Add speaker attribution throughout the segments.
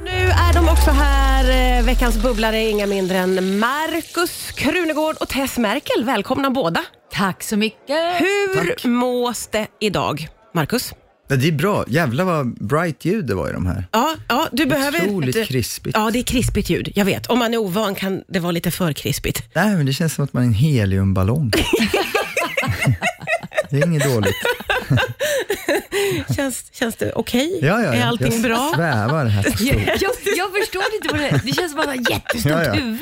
Speaker 1: Dags för här eh, veckans bubblare, inga mindre än Marcus Krunegård och Tess Merkel. Välkomna båda.
Speaker 2: Tack så mycket.
Speaker 1: Hur
Speaker 3: Tack.
Speaker 1: mås det idag, Marcus?
Speaker 3: Ja, det är bra. Jävlar vad bright ljud det var i de här.
Speaker 1: Ja, ja, du behöver
Speaker 3: Otroligt
Speaker 1: inte-
Speaker 3: krispigt.
Speaker 1: Ja, det är krispigt ljud. Jag vet. Om man är ovan kan det vara lite för krispigt.
Speaker 3: Nej, men det känns som att man är en heliumballong. det är inget dåligt.
Speaker 1: Känns, känns det okej?
Speaker 3: Ja, ja, ja.
Speaker 1: Är allting
Speaker 3: jag
Speaker 1: bra?
Speaker 3: svävar här. på stolen.
Speaker 2: Jag, jag förstår inte vad det är. Det känns som att han har jättestort
Speaker 3: Ja, ja.
Speaker 2: huvud.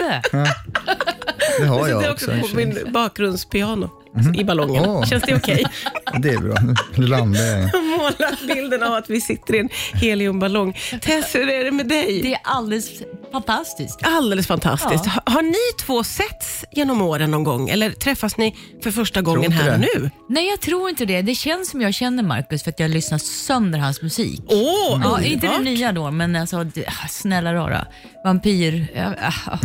Speaker 3: Det
Speaker 1: Jag
Speaker 3: har
Speaker 1: sitter
Speaker 3: jag
Speaker 1: också
Speaker 3: också. en
Speaker 1: på
Speaker 3: tjej.
Speaker 1: min bakgrundspiano alltså, i ballongen.
Speaker 3: Mhm. Åh.
Speaker 1: Känns det okej?
Speaker 3: Det är bra. Nu landar jag.
Speaker 1: Måla bilden av att vi sitter i en heliumballong. Tess, hur är det med dig?
Speaker 2: Det är alldeles fantastiskt.
Speaker 1: Alldeles fantastiskt.
Speaker 2: Ja.
Speaker 1: Ha- Har ni två setts genom åren någon gång eller träffas ni för första gången
Speaker 3: inte
Speaker 1: här och
Speaker 3: det.
Speaker 1: nu?
Speaker 2: Nej, jag tror inte det. Det känns som jag känner Markus för att jag lyssnar sönder hans musik.
Speaker 1: Åh,
Speaker 2: Ja,
Speaker 1: underbart.
Speaker 2: inte den nya då, men alltså, det- ah, snälla rara. Vampyr... ja, ah,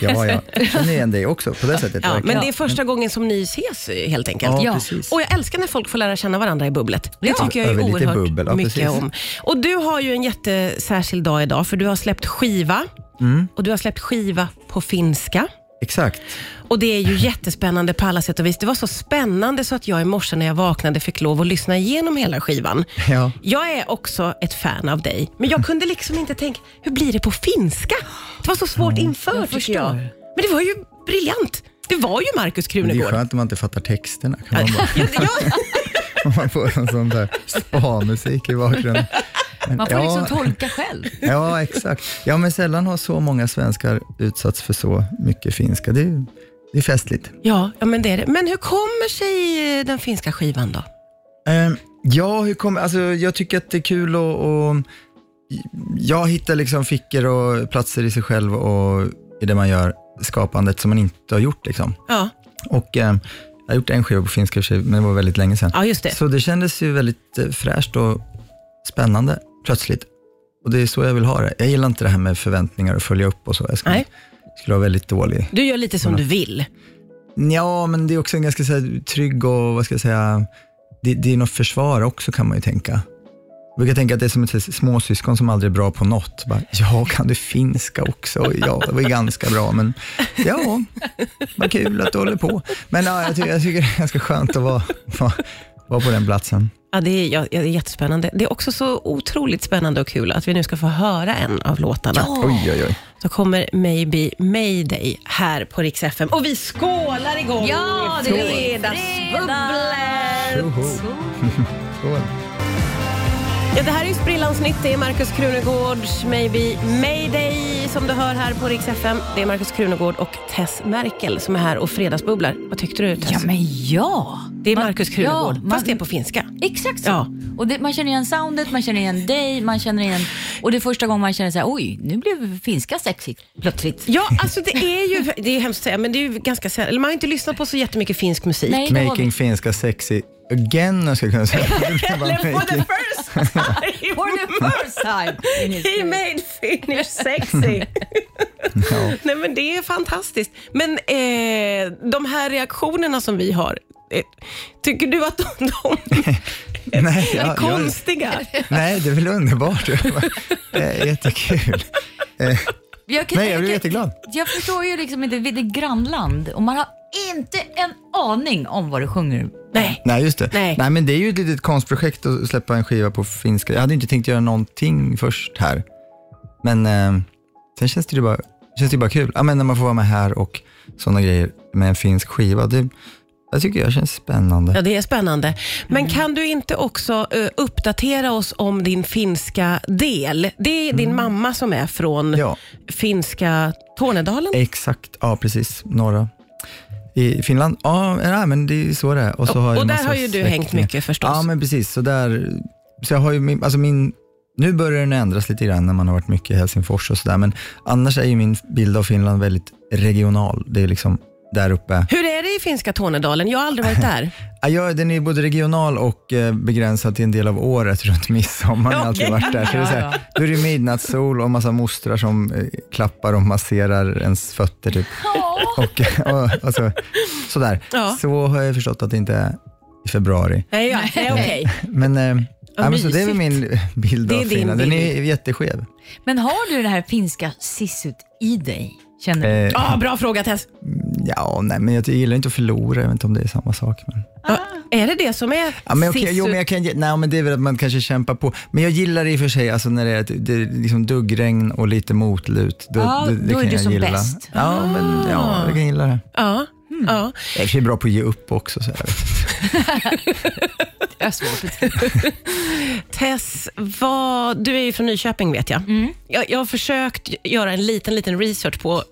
Speaker 3: Ja, ja. Jag känner igen dig också på det sättet.
Speaker 1: Ja,
Speaker 3: verkligen.
Speaker 1: men det är första gången som ni ses eh, helt enkelt.
Speaker 3: ja,
Speaker 2: ja.
Speaker 3: precis.
Speaker 1: Och jag älskar när folk får lära känna varandra i bubblet. Det
Speaker 2: Ja,
Speaker 1: tycker jag är
Speaker 3: över lite
Speaker 1: oerhört
Speaker 3: bubbel, ja,
Speaker 1: mycket
Speaker 3: precis.
Speaker 1: om. Och du har ju en jättesärskild dag idag för du har släppt skiva.
Speaker 3: Mm.
Speaker 1: Och du har släppt skiva på finska.
Speaker 3: Exakt.
Speaker 1: Och det är ju jättespännande på alla sätt och vis. Det var så spännande så att jag i morse när jag vaknade fick lov att lyssna igenom hela skivan.
Speaker 3: Ja.
Speaker 1: Jag är också ett fan av dig, men jag kunde liksom inte tänka, hur blir det på finska? Det var så svårt inför
Speaker 2: jag
Speaker 1: tycker jag.
Speaker 2: förstår.
Speaker 1: Men det var ju briljant. Det var ju Markus
Speaker 3: Men Det är
Speaker 1: Krunegård.
Speaker 3: skönt om man inte fattar texterna. Kan man bara, om man får en sån där spa-musik i bakgrunden. Men
Speaker 2: man får
Speaker 3: ja,
Speaker 2: liksom tolka själv.
Speaker 3: Ja, exakt. Ja, men sällan har så många svenskar utsatts för så mycket finska. Det är, det är festligt.
Speaker 1: Ja, ja, men det är det. Men hur kommer sig eh, den finska skivan då?
Speaker 3: Ehm, ja, hur kom, alltså, jag tycker att det är kul att och, jag hittar liksom fickor och platser i sig själv och i det man gör, skapandet som man inte har gjort. Liksom.
Speaker 1: Ja,
Speaker 3: Och ehm, jag har gjort en skiva på finska i och för sig, men det var väldigt länge sedan.
Speaker 1: ja just det.
Speaker 3: Så det kändes ju väldigt eh, fräscht och spännande plötsligt. Och det är så jag vill ha det. Jag gillar inte det här med förväntningar och följa upp och så. Jag skulle,
Speaker 1: Nej.
Speaker 3: skulle vara väldigt dålig.
Speaker 1: Du gör lite som du vill.
Speaker 3: Ja, men det är också en ganska så här, trygg och, vad ska jag säga, det, det är något försvar också kan man ju tänka. Jag brukar tänka att det är som ett så här småsyskon som aldrig är bra på något. Bara, ja, kan du finska också? Ja, det var ju ganska bra, men ja, vad kul att du håller på. Men ja, jag, ty- jag tycker det är ganska skönt att vara, vara, vara på den platsen.
Speaker 1: Ja, det är, ja, det är jättespännande. Det är också så otroligt spännande och kul att vi nu ska få höra en av låtarna.
Speaker 3: Oj, oj, oj.
Speaker 1: Så kommer Maybe Mayday här på Rix FM. Och vi skålar igång!
Speaker 2: Ja, det är
Speaker 1: fredagsbubblor!
Speaker 3: Joho. Skål.
Speaker 1: Ja, det här är ju sprillans nytt. Det är Markus Krunegårds Maybe Mayday som du hör här på Rix FM. Det är Markus Krunegård och Tess Merkel som är här och fredagsbubblar. Vad tyckte du Tess?
Speaker 2: Ja, men ja.
Speaker 1: det är
Speaker 2: Man-
Speaker 1: Markus Krunegård,
Speaker 2: ja, man-
Speaker 1: fast det är på finska.
Speaker 2: Exakt så.
Speaker 1: Ja.
Speaker 2: Och det, man känner igen soundet, man känner igen dig, man känner igen... Och det är första gången man känner så här, oj, nu blev finska sexigt plötsligt.
Speaker 1: Ja, alltså det är ju, det är hemskt att säga, men det är ju ganska sällan, eller man har inte lyssnat på så jättemycket finsk musik.
Speaker 2: Nej, det har vi.
Speaker 3: Making finska sexy again, ska jag kunna säga. Det var
Speaker 1: Eller for the
Speaker 3: making-
Speaker 1: first time!
Speaker 2: For the first time in
Speaker 1: He
Speaker 2: history.
Speaker 1: made Finnish sexy.
Speaker 3: Ja.
Speaker 1: Nej men det är fantastiskt. Men eh, de här reaktionerna som vi har, eh, tycker du att de, de
Speaker 3: Nej,
Speaker 1: är
Speaker 3: ja, jag-
Speaker 1: konstiga?
Speaker 3: Nej, det är väl underbart. Det är jättekul. Eh,
Speaker 2: Jag kan
Speaker 3: Nej, jag blev
Speaker 2: tänka-
Speaker 3: jätteglad.
Speaker 2: Jag förstår ju liksom inte, det är grannland och man har inte en aning om vad du sjunger.
Speaker 1: Nej.
Speaker 3: Nej, just det.
Speaker 1: Nej.
Speaker 3: men det är ju ett litet konstprojekt att släppa en skiva på finska. Jag hade inte tänkt göra någonting först här. Men eh, sen känns det ju bara, känns det ju bara kul. Ja, men när man får vara med här och sådana grejer med en finsk skiva. Det, jag tycker jag känns spännande.
Speaker 1: Ja, det är spännande. Men
Speaker 3: Mm.
Speaker 1: kan du inte också eh, uppdatera oss om din finska del? Det är din mamma som är från
Speaker 3: Mm. Ja,
Speaker 1: finska Tornedalen.
Speaker 3: exakt. Ja, precis. Norra. I Finland? Ja, nej, men det är så det är. Och, Eh, så har jag
Speaker 1: och där
Speaker 3: massa
Speaker 1: har ju du hängt
Speaker 3: släktingar.
Speaker 1: mycket förstås.
Speaker 3: Ja, men precis. Så där, så jag har ju min, alltså min, nu börjar den ändras lite grann när man har varit mycket i Helsingfors och sådär, men annars är ju min bild av Finland väldigt regional. Det är liksom där uppe.
Speaker 1: Hur är det i finska Tornedalen? Jag har aldrig varit där.
Speaker 3: Ja, jag- den är både regional och eh, begränsad till en del av året runt midsommar. Jag har alltid varit där. Så det är så
Speaker 2: Ja, ja.
Speaker 3: här, då är det midnattssol och massa mostrar som eh, klappar och masserar ens fötter. Typ. Och, och, och så, sådär.
Speaker 1: Ja.
Speaker 3: Så har jag förstått att det inte är i februari.
Speaker 1: Nej, ja, det är okej.
Speaker 3: Men eh, Ja, men så det är väl min bild
Speaker 1: Det är
Speaker 3: av
Speaker 1: din
Speaker 3: Finland. Den
Speaker 1: bild.
Speaker 3: är jätteskev.
Speaker 2: Men har du det här finska sissut i dig? Känner du?
Speaker 3: Eh,
Speaker 1: Ah, bra fråga Tess.
Speaker 3: Ja, nej, men jag gillar inte att förlora. Jag vet inte om det är samma sak. Men...
Speaker 1: Ja, Är det det som är
Speaker 3: Ah. Ja, men okej,
Speaker 1: sist
Speaker 3: jo,
Speaker 1: ut?
Speaker 3: men jag kan, ge- nej, men det är väl att man kanske kämpar på. Men jag gillar i och för sig alltså, när det är, ett, det är liksom duggregn och lite motlut. Då,
Speaker 2: Ja,
Speaker 3: det,
Speaker 2: då
Speaker 3: det
Speaker 2: är
Speaker 3: kan
Speaker 2: du
Speaker 3: jag
Speaker 2: som
Speaker 3: gilla.
Speaker 2: bäst.
Speaker 3: Ja, men, ja, jag kan gilla det.
Speaker 1: Ja,
Speaker 3: Hmm.
Speaker 1: ja.
Speaker 3: Jag är i och för sig bra på att ge upp också. Så jag vet.
Speaker 2: Det är svårt att tro.
Speaker 1: Tess, vad, du är ju från Nyköping vet jag. jag. Jag har försökt göra en liten, liten research på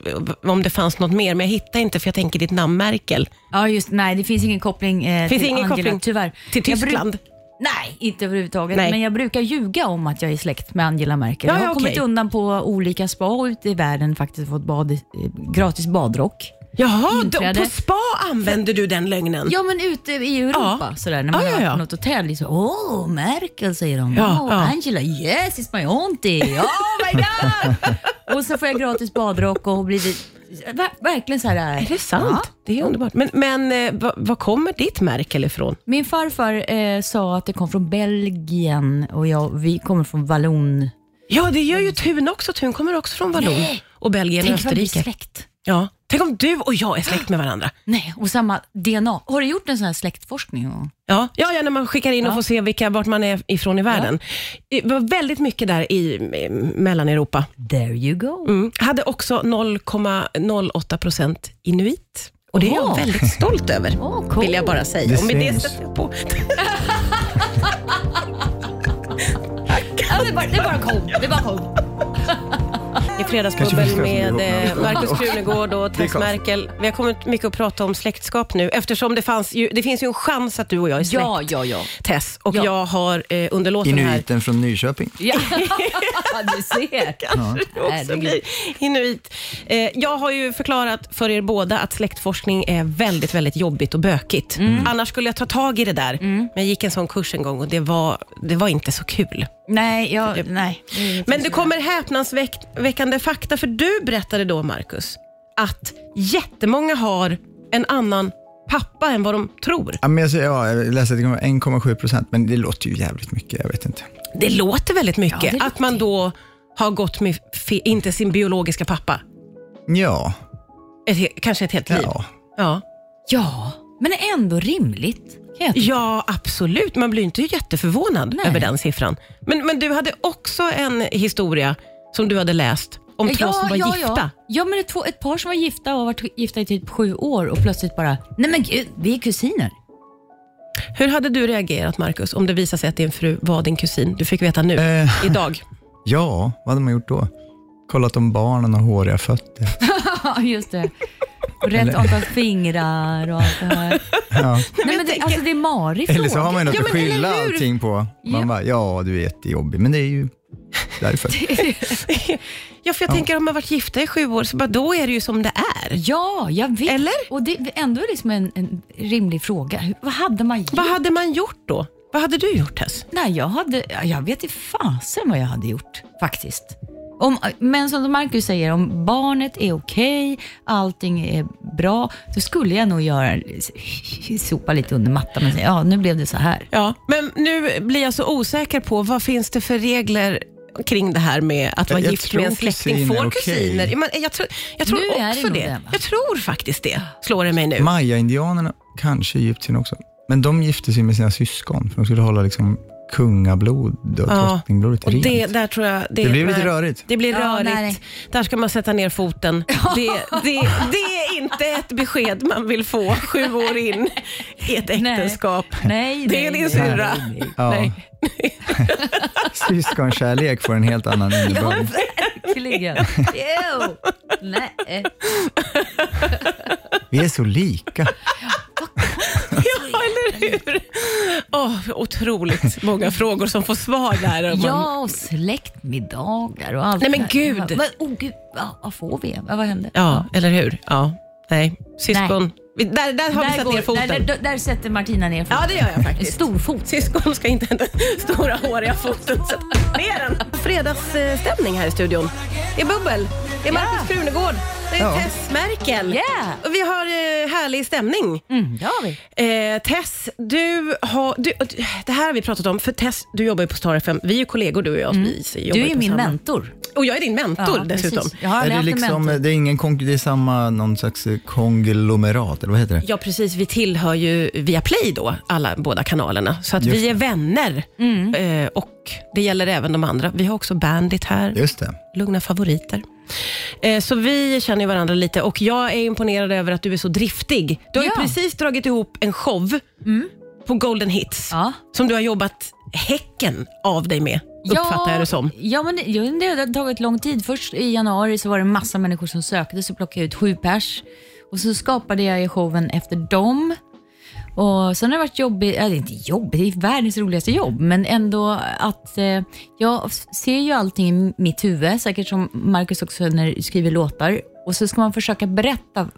Speaker 1: eh, om det fanns något mer, men jag hittar inte för jag tänker ditt namn Merkel.
Speaker 2: Ja, just nej, det finns ingen koppling eh,
Speaker 1: Finns
Speaker 2: till
Speaker 1: ingen
Speaker 2: Angela,
Speaker 1: koppling
Speaker 2: tyvärr.
Speaker 1: till
Speaker 2: Jag bru-
Speaker 1: Tyskland?
Speaker 2: Nej, inte överhuvudtaget.
Speaker 1: Nej.
Speaker 2: Men jag brukar ljuga om att jag är släkt med Angela Merkel.
Speaker 1: Ja,
Speaker 2: jag har
Speaker 1: ja,
Speaker 2: kommit
Speaker 1: okej.
Speaker 2: undan på olika spa ute i världen faktiskt fått bad, eh, gratis badrock.
Speaker 1: Jaha, då,
Speaker 2: Inträde.
Speaker 1: på spa använder du den lögnen?
Speaker 2: Ja, men ute i Europa
Speaker 1: Ja.
Speaker 2: sådär, när man
Speaker 1: Ja, ja,
Speaker 2: har varit
Speaker 1: ja.
Speaker 2: på något hotell. Liksom, Åh, Merkel säger de.
Speaker 1: Ja,
Speaker 2: Åh,
Speaker 1: ja.
Speaker 2: Angela, yes it's my auntie. Oh my god! och så får jag gratis badrock och blivit ver- verkligen så här. eh,
Speaker 1: Är det sant? Det är underbart. Men, men eh, va- var kommer ditt Merkel ifrån?
Speaker 2: Min farfar eh, sa att det kom från Belgien och jag, vi kommer från Vallon.
Speaker 1: Ja, det gör ju Tun också. Tun kommer också från Vallon
Speaker 2: Nej.
Speaker 1: och Belgien och
Speaker 2: Tänk vad vi är
Speaker 1: Österrike.
Speaker 2: släkt.
Speaker 1: Ja. Tänk om du och jag är släkt med varandra.
Speaker 2: Nej, och samma DNA. Har du gjort en sån här släktforskning? Och...
Speaker 1: Ja, ja, ja när man skickar in och
Speaker 2: Ja.
Speaker 1: får se vilka, vart man är ifrån i världen. Det var väldigt mycket där i eh, Mellaneuropa.
Speaker 2: There you go.
Speaker 1: Mm. Hade också 0,08 procent inuit. Och det är jag
Speaker 2: Oho.
Speaker 1: väldigt stolt över,
Speaker 2: Åh, cool.
Speaker 1: vill jag bara säga.
Speaker 3: Det
Speaker 1: och med det
Speaker 3: syns.
Speaker 1: sätter jag på.
Speaker 2: Ja, det, bara, det bara kom. Det bara kom.
Speaker 1: I
Speaker 3: Kanske vi
Speaker 1: Fredagsbubbel
Speaker 3: ska
Speaker 1: med
Speaker 3: ihop
Speaker 1: eh,
Speaker 3: nu.
Speaker 1: Markus Krunegård och Tess
Speaker 3: konstigt.
Speaker 1: Merkel. Vi har kommit mycket att prata om släktskap nu eftersom det, fanns ju, det finns ju en chans att du och jag är släkt,
Speaker 2: Ja, ja, ja.
Speaker 1: Tess. Och
Speaker 2: Ja.
Speaker 1: jag har eh, under låten här...
Speaker 3: Inuiten från Nyköping.
Speaker 2: ja. du ser.
Speaker 1: Också
Speaker 2: Herregud.
Speaker 1: blir inuit. Eh, jag har ju förklarat för er båda att släktforskning är väldigt, väldigt jobbigt och bökigt. Mm. Annars skulle jag ta tag i det där. Men jag gick en sån kurs en gång och det var, det var inte så kul.
Speaker 2: Nej, jag, nej.
Speaker 1: Men det kommer häpnadsväckande fakta, för du berättade då, Markus, att jättemånga har en annan pappa än vad de tror.
Speaker 3: Ja, men jag, säger- ja, jag läste att det kommer vara 1,7 procent, men det låter ju jävligt mycket. Jag vet inte.
Speaker 1: Det låter väldigt mycket,
Speaker 2: Ja, det låter.
Speaker 1: att man då har gått med, fe- inte sin biologiska pappa,
Speaker 3: Ja,
Speaker 1: ett, he- kanske ett helt liv.
Speaker 3: ja.
Speaker 1: Ja.
Speaker 2: Ja, men ändå rimligt. Kan jag tycka.
Speaker 1: Ja, absolut. Man blir inte jätteförvånad
Speaker 2: Nej.
Speaker 1: över den siffran. Men, men du hade också en historia som du hade läst om två som var
Speaker 2: ja,
Speaker 1: gifta.
Speaker 2: Ja, ja men det är två, ett par som var gifta och har varit gifta i typ sju år och plötsligt bara, nej men gud, vi är kusiner.
Speaker 1: Hur hade du reagerat, Markus, om det visade sig att din fru var din kusin? Du fick veta nu,
Speaker 3: Eh.
Speaker 1: idag.
Speaker 3: Ja, vad hade man gjort då? Kollat om barnen har håriga fötter.
Speaker 2: Ja, just det. Och Rätt antal fingrar och allt det här.
Speaker 3: Ja.
Speaker 2: Nej, men det, alltså det är Mari
Speaker 3: Eller så har man ju något
Speaker 1: Ja,
Speaker 3: att
Speaker 1: men eller
Speaker 3: skylla
Speaker 1: hur?
Speaker 3: allting på. Man
Speaker 2: Ja.
Speaker 3: bara, ja du är jättejobbig, men det är ju därför.
Speaker 1: Ja, för jag tänker om man varit gifta i sju år, så bara, då är det ju som det är.
Speaker 2: Ja, jag vet.
Speaker 1: Eller?
Speaker 2: Och det är ändå liksom en, en rimlig fråga. Hur- Vad hade man gjort?
Speaker 1: Vad hade man gjort då? Vad hade du gjort, Tess?
Speaker 2: Nej, jag, hade, ja, jag vet i fasen vad jag hade gjort faktiskt. Om, men som Marcus säger, om barnet är okej, allting är bra, då skulle jag nog göra, sopa lite under mattan och säga, ja nu blev det så här.
Speaker 1: Ja, men nu blir jag så osäker på vad finns det för regler kring det här med att vara
Speaker 3: Jag
Speaker 1: gift
Speaker 3: tror
Speaker 1: med en släkting.
Speaker 3: kusiner är
Speaker 1: Får
Speaker 3: okej.
Speaker 1: kusiner? Ja, men Jag tror, jag tror
Speaker 2: Nu är det
Speaker 1: också
Speaker 2: nog
Speaker 1: det.
Speaker 2: det, va?
Speaker 1: jag tror faktiskt det, slår det mig nu.
Speaker 3: Maya-indianerna, kanske egyptierna också, men de gifte sig med sina syskon för de skulle hålla liksom kungablod och
Speaker 1: Ja,
Speaker 3: drottningblodet
Speaker 1: Och
Speaker 3: rent.
Speaker 1: det,
Speaker 3: Det,
Speaker 1: där tror jag, det,
Speaker 3: blev lite
Speaker 1: nej,
Speaker 3: rörigt.
Speaker 1: Det blir
Speaker 2: Ja,
Speaker 1: rörigt.
Speaker 2: nej.
Speaker 1: Där ska man sätta ner foten. Det, det, det är inte ett besked man vill få sju år in i ett
Speaker 2: Nej.
Speaker 1: äktenskap.
Speaker 2: Nej,
Speaker 1: Det är
Speaker 2: nej,
Speaker 1: din
Speaker 2: nej,
Speaker 1: syrra.
Speaker 2: nej, nej.
Speaker 3: Ja.
Speaker 1: Nej.
Speaker 3: Syskonkärlek får en helt annan innebörd.
Speaker 2: Verkligen. Ew. Nej.
Speaker 3: Vi är så lika.
Speaker 1: Ja, eller hur? Åh, otroligt många frågor som får svar där. om man-
Speaker 2: Ja, och släktmiddagar och allt
Speaker 1: Nej, men
Speaker 2: det där.
Speaker 1: gud.
Speaker 2: Vad- Åh gud, ja, vad får vi? Ja, Vad hände?
Speaker 1: Ja, eller hur? Ja. Nej, syskon. Vi- Där, där har vi satt
Speaker 2: går-
Speaker 1: ner foten.
Speaker 2: Där, där, där sätter Martina ner foten.
Speaker 1: Ja, det gör jag faktiskt.
Speaker 2: Stor fot.
Speaker 1: Syskon ska inte ha den stora håriga foten. Så att- ner den! Fredagsstämning här i studion. Det är bubbel. Det är Markus Krunegård. Det är
Speaker 3: Ja.
Speaker 1: Tess Merkel.
Speaker 2: Yeah!
Speaker 1: Och Vi har eh, härlig stämning.
Speaker 2: Mm, det har vi.
Speaker 1: Eh, Tess, du har, du, det här har vi pratat om, för Tess, du jobbar ju på Star FM. Vi är ju kollegor du och jag. Vi jobbar
Speaker 2: Mm. Du är
Speaker 1: ju
Speaker 2: ju
Speaker 1: på
Speaker 2: min
Speaker 1: samma-
Speaker 2: mentor.
Speaker 1: Och jag är din mentor dessutom.
Speaker 2: precis. Jag har
Speaker 3: Är
Speaker 2: aldrig
Speaker 3: det,
Speaker 2: haft en
Speaker 3: liksom,
Speaker 1: eh,
Speaker 2: mentor.
Speaker 3: det är ingen konk- det är samma, någon slags eh, konglomerat, eller vad heter det?
Speaker 1: Ja, precis. Vi tillhör ju Viaplay då, alla båda kanalerna. Så att
Speaker 3: Just
Speaker 1: vi är vänner.
Speaker 2: Mm.
Speaker 1: Eh, och det gäller även de andra. Vi har också Bandit här,
Speaker 3: Just det.
Speaker 1: Lugna favoriter. Eh, så vi känner ju varandra lite och jag är imponerad över att du är så driftig. Du har ju
Speaker 2: Ja. Mm.
Speaker 1: precis dragit ihop en show på Golden Hits.
Speaker 2: Ja.
Speaker 1: som du har jobbat häcken av dig med, uppfattar jag det som.
Speaker 2: Ja, men det, jo, det har tagit lång tid. Först i januari så var det massa människor som sökte, så plockade jag ut sju pers. Och så skapade jag showen efter dem. Och sen har det varit jobbigt, eller inte jobbigt, det är världens roligaste jobb, men ändå att eh, jag ser ju allting i mitt huvud, säkert som Marcus också när skriver låtar, och så ska man försöka berätta.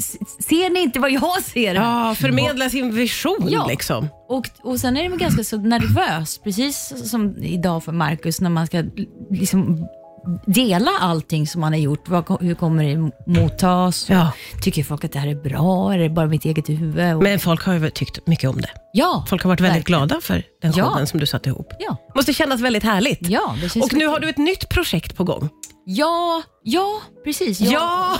Speaker 2: S- Ser ni inte vad jag ser?
Speaker 1: Ja, förmedla sin vision
Speaker 2: Ja.
Speaker 1: liksom.
Speaker 2: Och, och sen är det väl ganska så nervöst, precis som idag för Marcus, när man ska l- liksom dela allting som man har gjort. Vad, ko- hur kommer det mottas?
Speaker 1: Ja.
Speaker 2: Tycker folk att det här är bra? Är det bara mitt eget huvud? Och,
Speaker 1: Men folk har ju tyckt mycket om det.
Speaker 2: ja,
Speaker 1: Folk har varit väldigt
Speaker 2: verkligen.
Speaker 1: glada för den
Speaker 2: Ja.
Speaker 1: showen som du satte ihop.
Speaker 2: Ja,
Speaker 1: måste kännas väldigt härligt.
Speaker 2: ja, det känns
Speaker 1: Och nu
Speaker 2: mycket-
Speaker 1: har du ett nytt projekt på gång.
Speaker 2: Ja, ja, precis.
Speaker 1: Ja!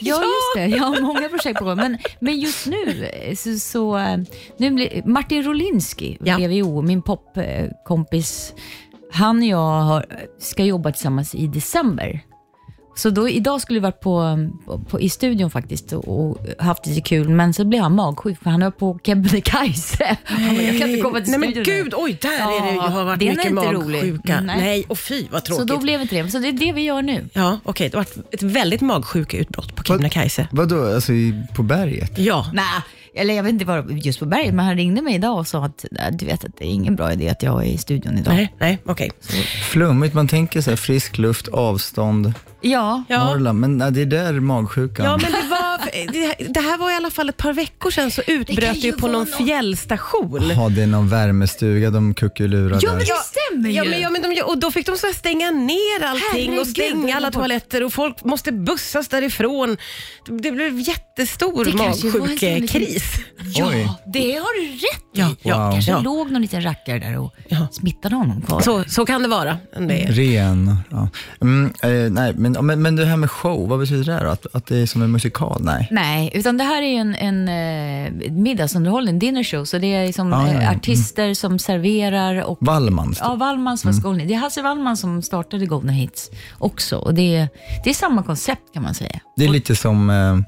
Speaker 2: Ja, just det. Jag har många projekt på gång. Men, men just nu eh, så... så eh, nu blir, Martin Rolinski,
Speaker 1: Ja.
Speaker 2: VVO, min popkompis, han och jag har, eh, ska jobba tillsammans i december. Så då, idag skulle vi varit på, eh, på, i studion faktiskt och, och haft lite kul, men så blev han magsjuk för han var på Kebnekaise. Han bara, Jag kan inte komma till
Speaker 1: Nej
Speaker 2: studion.
Speaker 1: men
Speaker 2: nu."
Speaker 1: gud, oj där är det ju,
Speaker 2: Ja,
Speaker 1: har varit
Speaker 2: den är
Speaker 1: mycket
Speaker 2: inte
Speaker 1: magsjuka.
Speaker 2: rolig.
Speaker 1: Nej,
Speaker 2: Nej.
Speaker 1: och fy vad
Speaker 2: Så
Speaker 1: tråkigt.
Speaker 2: då blev inte det. Så det är det vi gör nu.
Speaker 1: Ja, okej, det var ett väldigt magsjukeutbrott på Kebnekaise.
Speaker 3: Vadå, alltså i, på berget?
Speaker 1: Ja,
Speaker 2: Nej, eller jag vet inte var just på berget, men han ringde mig idag och sa att "Nej, du vet att det är ingen bra idé att jag är i studion idag.
Speaker 1: nej, nej okej.
Speaker 3: Flummigt, man tänker så här frisk luft, avstånd,
Speaker 2: Ja,
Speaker 1: Ja.
Speaker 3: Norrland, men nej, det är där magsjukan.
Speaker 1: Ja, men det, var, det- det här var i alla fall ett par veckor sedan så
Speaker 2: kan
Speaker 1: utbröt det
Speaker 2: ju
Speaker 1: ju på
Speaker 2: vara
Speaker 1: någon
Speaker 2: något.
Speaker 1: fjällstation.
Speaker 3: Ja, det är någon värmestuga de kuckelurar
Speaker 2: ja
Speaker 3: där.
Speaker 2: men det stämmer ju.
Speaker 1: Ja, men, ja, men de, och då fick de så här stänga ner allting och
Speaker 2: Herregud, det
Speaker 1: stänga
Speaker 2: var
Speaker 1: alla
Speaker 2: bort.
Speaker 1: toaletter och folk måste bussas därifrån. Det, det blev jättestor
Speaker 2: Det kanske var en sån liten-
Speaker 1: magsjukekris.
Speaker 3: Oj.
Speaker 2: ja, det har du rätt i.
Speaker 1: Ja, ja,
Speaker 3: Wow.
Speaker 2: kanske
Speaker 1: ja.
Speaker 2: låg någon liten rackare där och
Speaker 1: Ja.
Speaker 2: smittade honom kvar.
Speaker 1: Så, så kan det vara. Men Det är.
Speaker 3: Ren. Ja. Mm, eh, nej, men, men, men det här med show, vad betyder det här då? Att, att det är som en musikal? Nej.
Speaker 2: Nej, utan det här är ju en, en eh, middagsunderhållning, dinner show, så det är liksom
Speaker 3: Ja, ja, ja.
Speaker 1: Mm.
Speaker 2: eh, artister som serverar och
Speaker 3: Wallmans.
Speaker 2: Ja, Wallmans
Speaker 1: Mm.
Speaker 2: var Golden Det är Hasse Wallman som startade Golden Hits också. Och det, är, det är samma koncept kan man säga.
Speaker 3: Det är lite som eh,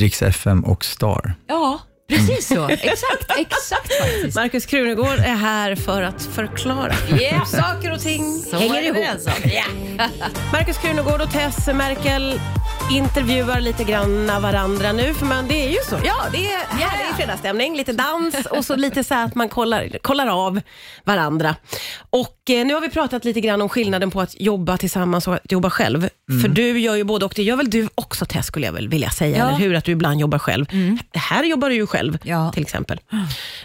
Speaker 3: Rix FM och Star.
Speaker 2: Ja, precis så. Exakt, exakt faktiskt.
Speaker 1: Markus Krunegård är här för att förklara.
Speaker 2: Yeah.
Speaker 1: Saker och ting
Speaker 2: Så
Speaker 1: hänger
Speaker 2: är det
Speaker 1: ihop.
Speaker 2: alltså.
Speaker 1: Ja. Markus Krunegård och Tess Merkel intervjuar lite grann varandra nu, för man, det är ju så. Ja, det är härlig fredagsstämning, lite dans och så lite så här att man kollar, kollar av varandra. Och eh, nu har vi pratat lite grann om skillnaden på att jobba tillsammans och att jobba själv. För du gör ju både och, det gör väl du också Tess, skulle jag väl vilja säga,
Speaker 2: Mm. Ja. Mm.
Speaker 1: eller hur? Att du ibland jobbar själv. Här jobbar du ju själv,
Speaker 2: Ja.
Speaker 1: till exempel.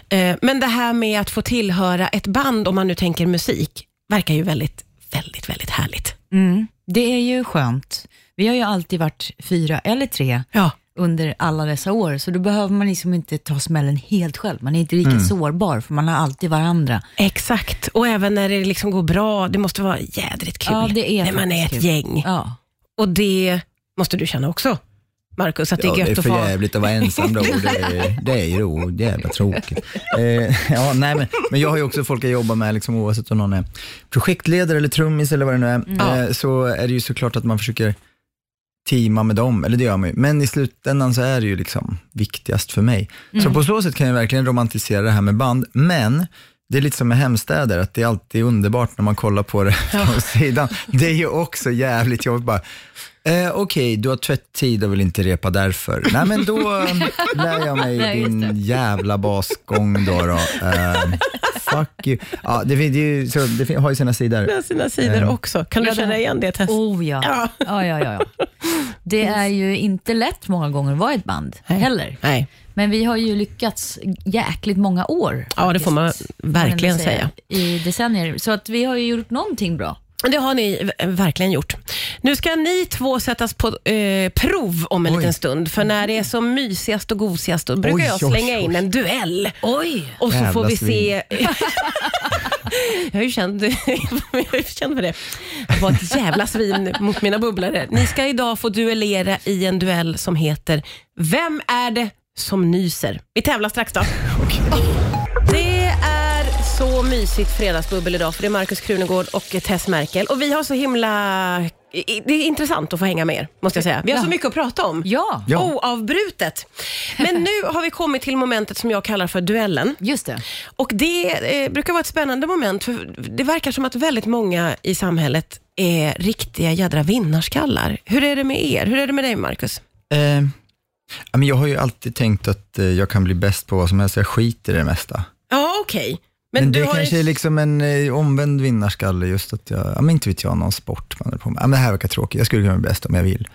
Speaker 1: Eh, Men det här med att få tillhöra ett band, om man nu tänker musik, verkar ju väldigt, väldigt, väldigt härligt.
Speaker 2: Mm, det är ju skönt. Vi har ju alltid varit fyra eller tre
Speaker 1: Ja.
Speaker 2: under alla dessa år, så då behöver man liksom inte ta smällen helt själv. Man är inte lika
Speaker 1: Mm.
Speaker 2: sårbar, för man har alltid varandra.
Speaker 1: Exakt, och även när det liksom går bra, det måste vara jädrigt kul
Speaker 2: Ja, det är
Speaker 1: när man är ett
Speaker 2: faktiskt kul.
Speaker 1: gäng.
Speaker 2: Ja.
Speaker 1: Och det måste du känna också, Markus, att det är
Speaker 3: ja,
Speaker 1: gött
Speaker 3: det är
Speaker 1: att
Speaker 3: för
Speaker 1: få...
Speaker 3: jävligt att vara ensam då. Det är, det är ju ro, jävla tråkigt. Eh, ja, nej, men, men jag har ju också folk jag jobbar med, liksom, oavsett om någon är projektledare eller trummis eller vad det nu
Speaker 1: Mm.
Speaker 3: är, eh, så är det ju såklart att man försöker teama med dem, eller det gör man ju. Men i slutändan så är det ju liksom viktigast för mig.
Speaker 2: Mm.
Speaker 3: Så på så sätt kan jag verkligen romantisera det här med band, men det är lite som med hemstäder, att det är alltid underbart när man kollar på det från sidan. Det är ju också jävligt jobbigt bara, eh, okej, du har tvätttid och vill inte repa därför. Nej men då eh, lär jag mig
Speaker 2: Nej, just
Speaker 3: din jävla basgång då. då. Eh, fuck you. Ja, det, fin- det, är ju, så, det fin- har ju sina sidor.
Speaker 1: Det har sina sidor också. Kan du
Speaker 2: Ja, det-
Speaker 1: känna igen det, Tess?
Speaker 2: Oh ja.
Speaker 1: Ja.
Speaker 2: Ja. Ja, ja, ja. Det är ju inte lätt många gånger att vara ett band heller.
Speaker 1: Nej.
Speaker 2: Men vi har ju lyckats jäkligt många år.
Speaker 1: Ja, det får man
Speaker 2: faktiskt,
Speaker 1: verkligen
Speaker 2: kan man I decennier. Så att vi har ju gjort någonting bra.
Speaker 1: Det har ni v- verkligen gjort. Nu ska ni två sättas på eh, prov om en
Speaker 3: Oj.
Speaker 1: liten stund. För när det är som mysigast och gosigast, då brukar
Speaker 3: Oj,
Speaker 1: jag
Speaker 3: oj,
Speaker 1: slänga
Speaker 3: oj.
Speaker 1: in en duell.
Speaker 2: Oj!
Speaker 1: Och så
Speaker 3: Jävla
Speaker 1: får vi
Speaker 3: svin.
Speaker 1: se... jag är ju känd, jag är ju känd för det. Jag var ett jävla svin mot mina bubblare. Ni ska idag få duellera i en duell som heter Vem är det som nyser? Vi tävlar strax då. Det är så mysigt fredagsbubbel idag för det är Markus Krunegård och Tess Merkel. Och vi har så himla... i- i- Det är intressant att få hänga med er, måste jag säga. Vi har så
Speaker 2: Ja.
Speaker 1: mycket att prata om.
Speaker 2: Ja,
Speaker 3: Ja.
Speaker 1: Oavbrutet. Men nu har vi kommit till momentet som jag kallar för duellen.
Speaker 2: just det.
Speaker 1: Och Det eh, brukar vara ett spännande moment, för det verkar som att väldigt många i samhället är riktiga jädra vinnarskallar. Hur är det med er? Hur är det med dig, Marcus?
Speaker 3: Eh, ja, men jag har ju alltid tänkt att eh, jag kan bli bäst på vad som helst, jag skiter i det mesta.
Speaker 1: Ja, okej.
Speaker 3: Men,
Speaker 1: du
Speaker 3: det
Speaker 1: har
Speaker 3: kanske är liksom en eh, omvänd vinnarskalle, just att jag, ja, men inte vet jag, någon sport man är på med. Ja, men det här verkar tråkigt, jag skulle kunna bli bäst om jag vill.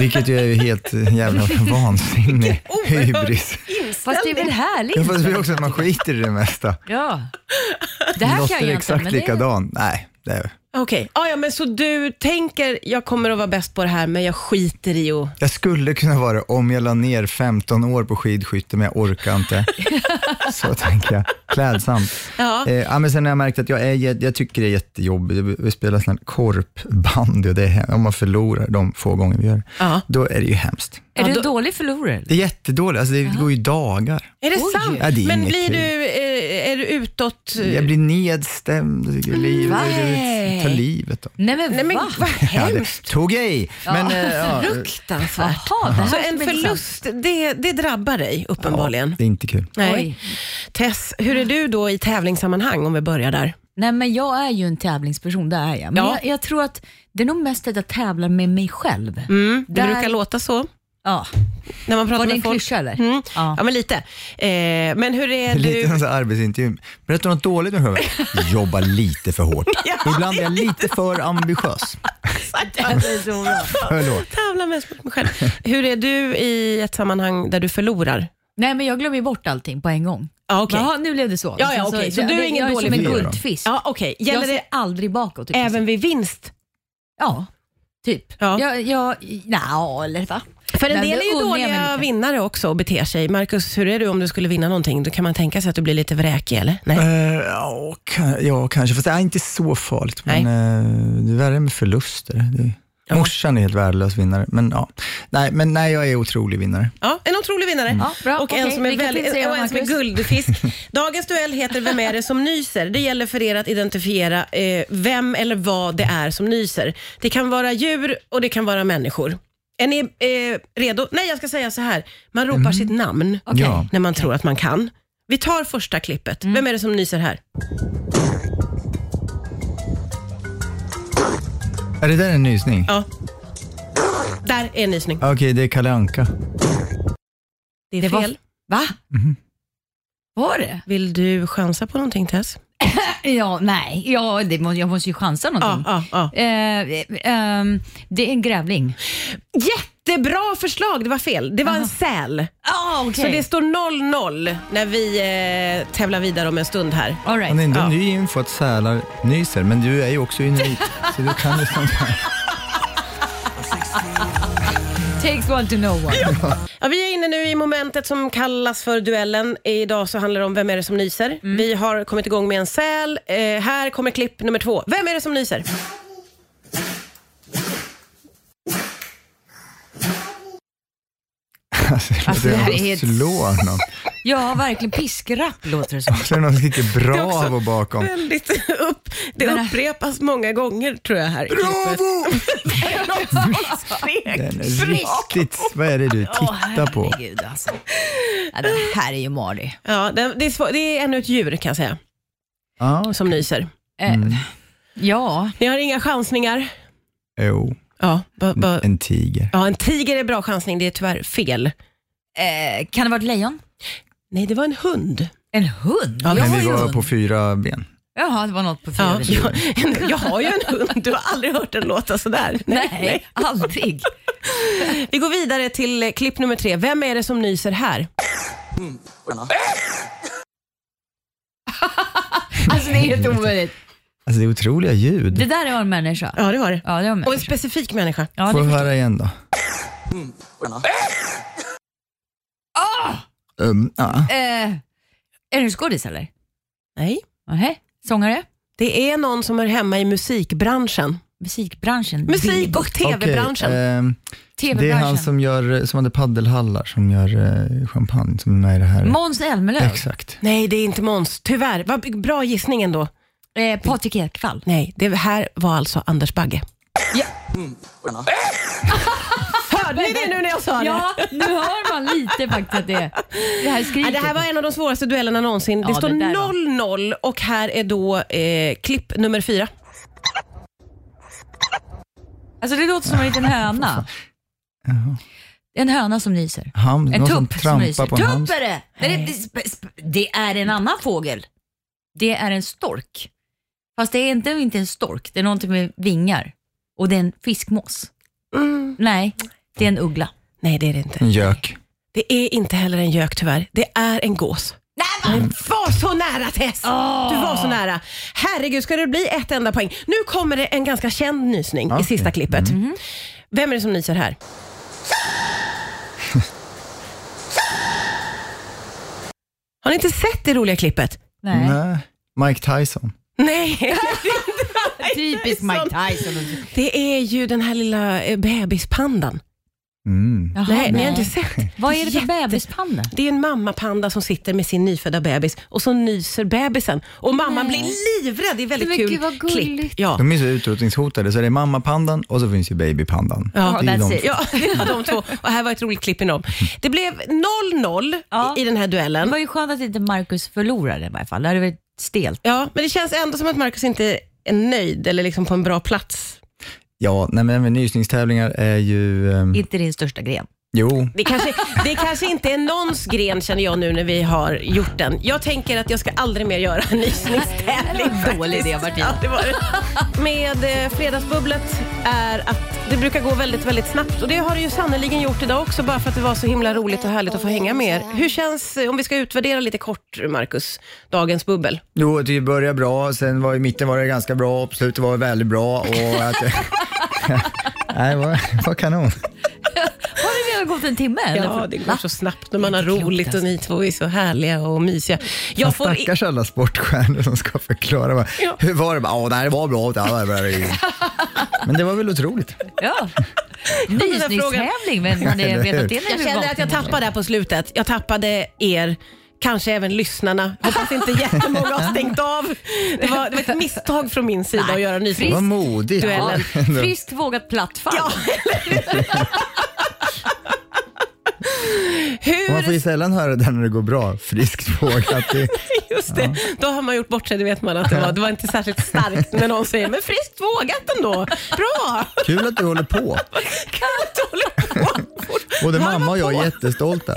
Speaker 3: Vilket ju är ju helt eh, jävla vansinnig hybris.
Speaker 2: Fast det är väl härligt?
Speaker 3: Jag fast det är också att man skiter i det mesta.
Speaker 2: Ja. Det här
Speaker 3: Lotter
Speaker 2: kan jag
Speaker 3: är
Speaker 2: inte,
Speaker 3: exakt
Speaker 2: men det-
Speaker 3: likadan. Nej, det är,
Speaker 1: Okej. Ah, ja, men så du tänker, jag kommer att vara bäst på det här, men jag skiter i och...
Speaker 3: jag skulle kunna vara det om jag la ner 15 år på skidskytte, men jag orkar inte. Så tänker jag. Klädsamt.
Speaker 1: Ja.
Speaker 3: Eh, ja, men sen har jag märkt att jag, är, jä- jag tycker det är jättejobbigt. Vi spelar sån här korpbandy och det är, hem- om man förlorar de få gånger vi gör
Speaker 1: Ja.
Speaker 3: då är det ju hemskt.
Speaker 2: Är du
Speaker 1: Ja,
Speaker 2: en
Speaker 1: då-
Speaker 2: dålig förlorare?
Speaker 3: Det är jättedåligt, alltså det går ju dagar.
Speaker 1: Är det
Speaker 2: Oj.
Speaker 1: sant?
Speaker 3: Ja, det är
Speaker 1: men
Speaker 3: inget
Speaker 1: blir
Speaker 3: kul.
Speaker 1: du, eh, är du utåt? eh,
Speaker 3: Jag blir nedstämd, jag tycker livet,
Speaker 2: Nej.
Speaker 3: det tar livet. av.
Speaker 2: Nej men,
Speaker 1: Nej, men
Speaker 2: va?
Speaker 1: vad
Speaker 3: Ja, det
Speaker 1: hemskt.
Speaker 3: tog jag i. Men, eh, ja,
Speaker 1: Fruktansvärt.
Speaker 2: Jaha, det här
Speaker 1: Så
Speaker 2: ska
Speaker 1: en
Speaker 2: bli intressant.
Speaker 1: förlust, det, det drabbar dig uppenbarligen.
Speaker 3: det är inte kul.
Speaker 1: Nej.
Speaker 2: Oj.
Speaker 1: Tess, hur är du då i tävlingssammanhang om vi börjar där?
Speaker 2: Nej men jag är ju en tävlingsperson, det är jag. Men
Speaker 1: Ja.
Speaker 2: jag, jag tror att det är nog mest att jag tävlar med mig själv.
Speaker 1: Mm, det
Speaker 2: Där-
Speaker 1: brukar låta så
Speaker 2: Ja.
Speaker 1: när man pratar
Speaker 2: Var det
Speaker 1: med
Speaker 2: en
Speaker 1: folk.
Speaker 2: klyscha eller?
Speaker 1: Mm. Ja.
Speaker 2: Ja.
Speaker 1: men lite. Eh, men hur är
Speaker 3: Lite
Speaker 1: du?
Speaker 3: en sån här arbetsintervju. Berätta något dåligt om mig själv. Jobba lite för hårt. Ibland är jag lite för ambitiös. Förlåt.
Speaker 1: Tävla mest mot mig själv. Hur är du i ett sammanhang där du förlorar?
Speaker 2: Nej men jag glömmer ju bort allting på en gång.
Speaker 1: Ja, okej.
Speaker 2: Jaha, nu blev det så.
Speaker 1: Ja, ja,
Speaker 2: Sen
Speaker 1: okej. Så du är
Speaker 2: det-
Speaker 1: ingen
Speaker 2: jag
Speaker 1: dålig
Speaker 2: som en
Speaker 3: förlorare.
Speaker 2: guldfisk.
Speaker 1: Ja, okej.
Speaker 2: jag
Speaker 1: Gäller
Speaker 2: ser
Speaker 1: det
Speaker 2: aldrig bakåt. i princip.
Speaker 1: även vid vinst?
Speaker 2: Ja, typ.
Speaker 1: Ja.
Speaker 2: Ja. Jag, jag, nja, eller va?
Speaker 1: För en
Speaker 2: Men
Speaker 1: del
Speaker 2: det
Speaker 1: är ju
Speaker 2: unnar jag mig
Speaker 1: dåliga
Speaker 2: lite.
Speaker 1: vinnare också och beter sig. Marcus, hur är du om du skulle vinna någonting? Då kan man tänka sig att du blir lite vräkig, eller? Nej.
Speaker 3: Eh, ja, ka- ja, kanske. Fast det är inte så farligt. Men eh, det är värre med förluster. Det,
Speaker 1: Ja.
Speaker 3: Morsan är helt värdelös vinnare. Men, ja. nej, men nej, jag är otrolig vinnare.
Speaker 1: Ja, en otrolig vinnare.
Speaker 2: Ja, bra.
Speaker 1: Och en
Speaker 2: Okej,
Speaker 1: som är,
Speaker 2: lycka till,
Speaker 1: väldigt,
Speaker 2: säger
Speaker 1: och en som är
Speaker 2: Marcus.
Speaker 1: guldfisk. Dagens duell heter Vem är det som nyser? Det gäller för er att identifiera eh, vem eller vad det är som nyser. Det kan vara djur och det kan vara människor. Är ni eh, redo? Nej, jag ska säga så här. Man ropar sitt namn
Speaker 2: Okej.
Speaker 3: Ja.
Speaker 1: när man tror att man kan. Vi tar första klippet. Vem är det som nyser här?
Speaker 3: Är det där en nysning?
Speaker 1: Ja. Där är en nysning.
Speaker 3: Okej, det är Kalle Anka.
Speaker 1: Det är
Speaker 2: Det
Speaker 1: fel.
Speaker 2: var- Va? Var det?
Speaker 1: Vill du chansa på någonting Tess?
Speaker 2: Ja, nej. Ja, det må, jag måste ju chansa
Speaker 1: Ja,
Speaker 2: någonting.
Speaker 1: ja, ja.
Speaker 2: Eh, ehm, det är en grävling.
Speaker 1: Jättebra förslag, det var fel. Det var en
Speaker 2: Aha.
Speaker 1: säl.
Speaker 2: Ah,
Speaker 1: Så det står 0-0 när vi eh, tävlar vidare om en stund här.
Speaker 2: All
Speaker 3: Han är
Speaker 2: right.
Speaker 3: ändå
Speaker 1: Ja.
Speaker 3: ny info att sälar nyser, men du är ju också unik. så du kan ju sånt här.
Speaker 2: Takes one to know one.
Speaker 1: Ja, vi är inne nu i momentet som kallas för duellen. Idag så handlar det om vem är det som nyser.
Speaker 3: Mm.
Speaker 1: Vi har kommit igång med en säl. Eh, här kommer klipp nummer två. Vem är det som nyser?
Speaker 3: Alltså,
Speaker 2: Alltså, det
Speaker 3: det
Speaker 2: här
Speaker 3: är
Speaker 2: är helt-
Speaker 3: slår någon.
Speaker 2: Ja, verkligen. Piskrapp låter det som.
Speaker 3: Så är det någon som skriker
Speaker 1: också-
Speaker 3: bravo bakom.
Speaker 1: Väldigt upp. Det
Speaker 2: Men-
Speaker 1: upprepas många gånger tror jag här. i klippet.
Speaker 3: Bravo!
Speaker 1: Sprek.
Speaker 3: Den är riktigt... Vad är det du tittar på?
Speaker 2: Herregud alltså. Ja, den här är ju malig.
Speaker 1: Ja, det, det, är svår, det är ännu ett djur kan jag säga,
Speaker 3: Ja,
Speaker 1: som nyser.
Speaker 2: Eh, Ja,
Speaker 1: Ni har inga chansningar?
Speaker 3: jo,
Speaker 1: Ja, ba, ba,
Speaker 3: en tiger.
Speaker 1: ja, en tiger är bra chansning. Det är tyvärr fel.
Speaker 2: eh, kan det vara ett lejon?
Speaker 1: Nej, det var en hund.
Speaker 2: En hund?
Speaker 1: Ja,
Speaker 2: jag
Speaker 1: men
Speaker 2: har
Speaker 3: Men vi
Speaker 2: ju
Speaker 3: var
Speaker 2: hund.
Speaker 3: på fyra ben.
Speaker 2: Jaha, det var något på
Speaker 1: Ja,
Speaker 2: fyra.
Speaker 1: jag, jag har ju en hund. Du har aldrig hört den låta sådär.
Speaker 2: Nej, aldrig.
Speaker 1: Vi går vidare till eh, klipp nummer tre. Vem är det som nyser här?
Speaker 2: Alltså det är helt omöjligt.
Speaker 3: Alltså det är otroliga ljud.
Speaker 2: Det där är en människa.
Speaker 1: Ja, det var det.
Speaker 2: Ja, det var en
Speaker 1: Och en
Speaker 2: människa.
Speaker 1: specifik människa.
Speaker 2: Ja,
Speaker 3: Får
Speaker 2: det
Speaker 3: jag
Speaker 2: förstår-
Speaker 3: höra igen då? Um, ja.
Speaker 2: Ah! eh, är du skådis eller?
Speaker 1: Nej.
Speaker 2: Nähä. Sångare?
Speaker 1: Det är någon som hör hemma i musikbranschen.
Speaker 2: Musikbranschen?
Speaker 1: Musik
Speaker 2: bild-
Speaker 1: och tv-branschen.
Speaker 3: Okej, ehm, det är
Speaker 2: TV-branschen?
Speaker 3: han som, gör, som hade paddelhallar som gör eh, champagne, som är med i det här.
Speaker 2: Måns Zelmerlöw?
Speaker 3: Exakt.
Speaker 1: Nej, det är inte Måns. Tyvärr. Vad bra gissning ändå.
Speaker 2: Eh, Patrik Ekwall?
Speaker 1: Nej, det här var alltså Anders Bagge.
Speaker 2: Ja.
Speaker 1: Hörde ni det nu när jag sa det?
Speaker 2: Ja, nu hör man lite faktiskt att det är det här
Speaker 1: Ja,
Speaker 2: skriket.
Speaker 1: det här var en av de svåraste duellerna någonsin. det
Speaker 2: Ja,
Speaker 1: står
Speaker 2: det där
Speaker 1: 0-0 och här är då eh, klipp nummer fyra.
Speaker 2: Alltså det låter som en liten höna. En höna som nyser.
Speaker 3: Ham,
Speaker 2: En
Speaker 3: någon som
Speaker 2: tupp som nyser.
Speaker 3: trampar på
Speaker 2: Tupp
Speaker 3: en hamster.
Speaker 2: är det! Det är, sp- sp- det är en annan fågel. Det är en stork. Fast det är inte, inte en stork, det är någonting med vingar. Och det är en fiskmås.
Speaker 1: Mm.
Speaker 2: Nej, det är en uggla.
Speaker 1: Nej, det är det inte.
Speaker 3: En gök.
Speaker 1: Det är inte heller en gök tyvärr. Det är en gås. Mm. Nej, var så nära Tess! Du var så nära. Herregud, ska det bli ett enda poäng? Nu kommer det en ganska känd nysning i
Speaker 3: Okej.
Speaker 1: sista klippet. Mhm. Vem är det som nyser här? Har ni inte sett det roliga klippet?
Speaker 2: Nej.
Speaker 3: Mike Tyson.
Speaker 1: Nej.
Speaker 2: Typisk Mike Tyson.
Speaker 1: Det är ju den här lilla eh, bebispandan.
Speaker 3: Mm.
Speaker 2: Jaha,
Speaker 1: Nej, ni har inte sett.
Speaker 2: Vad är det för
Speaker 1: Jätte-
Speaker 2: bebispanna?
Speaker 1: Det är en mammapanda som sitter med sin nyfödda bebis och så nyser bebisen. Och mamman
Speaker 2: Nej.
Speaker 1: blir livrädd. Det är väldigt
Speaker 2: Men
Speaker 1: kul
Speaker 2: gud, vad
Speaker 1: klipp.
Speaker 2: gulligt.
Speaker 1: Ja.
Speaker 3: De är så utrotningshotade, så det är mammapandan och så finns ju babypandan.
Speaker 1: Ja,
Speaker 3: det är
Speaker 2: that's
Speaker 3: de.
Speaker 2: it.
Speaker 1: Ja, det var de två. Och här var ett roligt klipp i dem. Det blev 0-0
Speaker 2: Ja.
Speaker 1: i i den här
Speaker 2: Det
Speaker 1: duellen.
Speaker 2: var ju skönt att inte Marcus förlorade i varje fall. Det hade varit stelt.
Speaker 1: Ja, men det känns ändå som att Marcus inte är nöjd eller liksom på en bra plats.
Speaker 3: Ja, nej, men även nysningstävlingar är ju... ehm,
Speaker 2: Inte din största gren.
Speaker 3: jo,
Speaker 1: Det kanske, det kanske inte är någons gren känner jag nu när vi har gjort den. Jag tänker att jag ska aldrig mer göra en nysningstävling.
Speaker 2: Dålig idé, Martina.
Speaker 1: Ja, det var det. Med eh, fredagsbubblet är att det brukar gå väldigt, väldigt snabbt. Och det har det ju sannoliken gjort idag också, bara för att det var så himla roligt och härligt att få hänga med er. Hur känns, eh, om vi ska utvärdera lite kort, Marcus, dagens bubbel?
Speaker 3: Jo, det började bra, sen var i mitten var det ganska bra, och på slutet var det väldigt bra. Och att, nej, vad, vad kanon.
Speaker 2: Har det redan gått en timme?
Speaker 1: Ja,
Speaker 2: eller?
Speaker 1: det går
Speaker 2: Va?
Speaker 1: så snabbt när man har
Speaker 2: Det är inte
Speaker 1: roligt
Speaker 2: klokt, alltså.
Speaker 1: och ni två är så härliga och mysiga. Jag får i-
Speaker 3: Stackars alla sportstjärnor som ska förklara. Bara,
Speaker 1: Ja.
Speaker 3: Hur var det? Bara, "Ja, det här var bra. Det här var bra." Men det var väl otroligt.
Speaker 2: Ja.
Speaker 1: där frågan-
Speaker 2: Nysningstävling, men man
Speaker 3: Eller
Speaker 2: är- vet
Speaker 3: hur?
Speaker 2: att det är
Speaker 1: jag känner att jag tappade där på slutet. Jag tappade er. Kanske även lyssnarna. Hoppas inte jättemånga har stängt av. Det var, det var ett misstag från min sida att göra
Speaker 3: Det var
Speaker 1: nyfiken.
Speaker 3: modigt.
Speaker 1: Duellen.
Speaker 2: Friskt vågat plattfall.
Speaker 1: Ja,
Speaker 3: Och Man får
Speaker 1: Hur...
Speaker 3: ju sällan höra det när det går bra. Friskt frågat. Det,
Speaker 1: Just det, då har man gjort bort sig. Det vet man att det var. Det var inte särskilt starkt när någon säger men friskt vågat ändå. Bra!
Speaker 3: kul att du håller på.
Speaker 1: Kan du inte hålla på?
Speaker 3: Både
Speaker 1: Varva
Speaker 3: mamma och jag
Speaker 1: på.
Speaker 3: är jättestolta.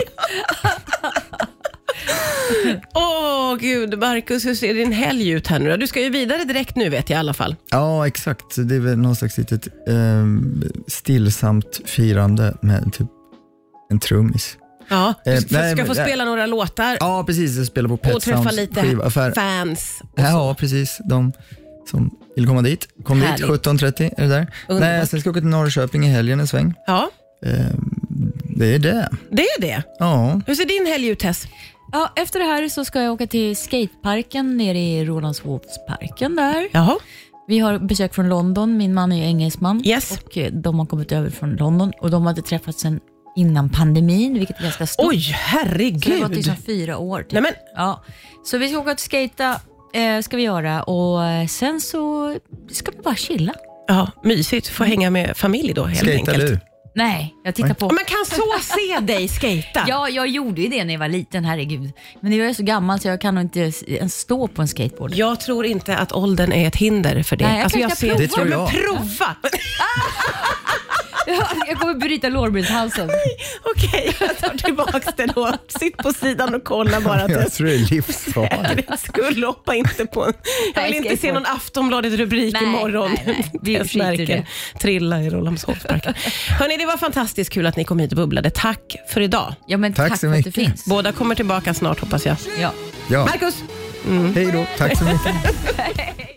Speaker 1: Åh gud, Marcus, hur ser din helg ut här nu då? Du ska ju vidare direkt nu vet jag i alla fall.
Speaker 3: Ja, exakt. Så Det är väl någon slags litet ehm, stillsamt firande med typ en trummis.
Speaker 1: Ja, du
Speaker 3: Eh,
Speaker 1: ska,
Speaker 3: nej,
Speaker 1: ska
Speaker 3: men-
Speaker 1: få
Speaker 3: nej.
Speaker 1: spela några låtar
Speaker 3: Ja, precis. Jag spelar på
Speaker 1: och
Speaker 3: Pet
Speaker 1: träffa
Speaker 3: Sounds
Speaker 1: lite
Speaker 3: skivaffär.
Speaker 1: fans.
Speaker 3: Ja, precis. De som vill komma dit. Kom dit
Speaker 1: Härligt.
Speaker 3: 17.30 är det där.
Speaker 1: Underbart.
Speaker 3: Nej, sen ska jag åka till Norrköping i helgen en sväng.
Speaker 1: Ja,
Speaker 3: Ehm, det är det.
Speaker 1: det är det.
Speaker 3: Ja.
Speaker 1: Hur ser din helg ut Tess?
Speaker 2: Ja, efter det här så ska jag åka till skateparken nere i Rålambshovsparken där.
Speaker 1: Jaha.
Speaker 2: Vi har besök från London, min man är ju engelsman
Speaker 1: Yes.
Speaker 2: och eh, de har kommit över från London och de hade träffats sedan innan pandemin, vilket är ganska stort.
Speaker 1: Oj,
Speaker 2: Så det har gått
Speaker 1: herregud.
Speaker 2: liksom fyra år. Typ.
Speaker 1: Nej, men,
Speaker 2: Ja, så vi ska åka och skata eh, ska vi göra och eh, sen så ska vi bara chilla.
Speaker 1: ja, mysigt. Få hänga med familj då helt
Speaker 3: Skejtar
Speaker 1: enkelt.
Speaker 3: du?
Speaker 2: Nej, jag tittar på.
Speaker 1: Man kan så se dig skejta.
Speaker 2: Ja, jag gjorde ju det när jag var liten, herregud. Men nu är jag så gammal så jag kan nog inte ens stå på en skateboard.
Speaker 1: Jag tror inte att åldern är ett hinder för det. Alltså,
Speaker 2: Nej, jag kanske ska prova.
Speaker 3: Det
Speaker 1: Ja,
Speaker 3: tror jag.
Speaker 1: Men prova!
Speaker 2: Jag kommer bryta lårbenshalsen.
Speaker 1: Okej, jag tar tillbaka det då. Sitt på sidan och kolla bara
Speaker 3: Jag
Speaker 1: Tess.
Speaker 3: tror det är livsfarligt.
Speaker 1: skulle hoppa inte på en... Jag
Speaker 2: Nej,
Speaker 1: vill inte se
Speaker 2: skateboard.
Speaker 1: någon Aftonbladet-rubrik
Speaker 2: Nej,
Speaker 1: imorgon.
Speaker 2: nej, nej. Vi
Speaker 1: Tess
Speaker 2: skiter i det.
Speaker 1: Merkel Trilla i Rålambshovsparken. Hörni, det var fantastiskt kul att ni kom hit och bubblade. Tack för idag.
Speaker 2: Ja, men tack,
Speaker 3: Tack så
Speaker 2: för att
Speaker 3: mycket.
Speaker 2: du finns.
Speaker 1: Båda kommer tillbaka snart hoppas jag.
Speaker 2: Ja.
Speaker 3: Ja.
Speaker 1: Marcus!
Speaker 3: Hej då. Tack så mycket.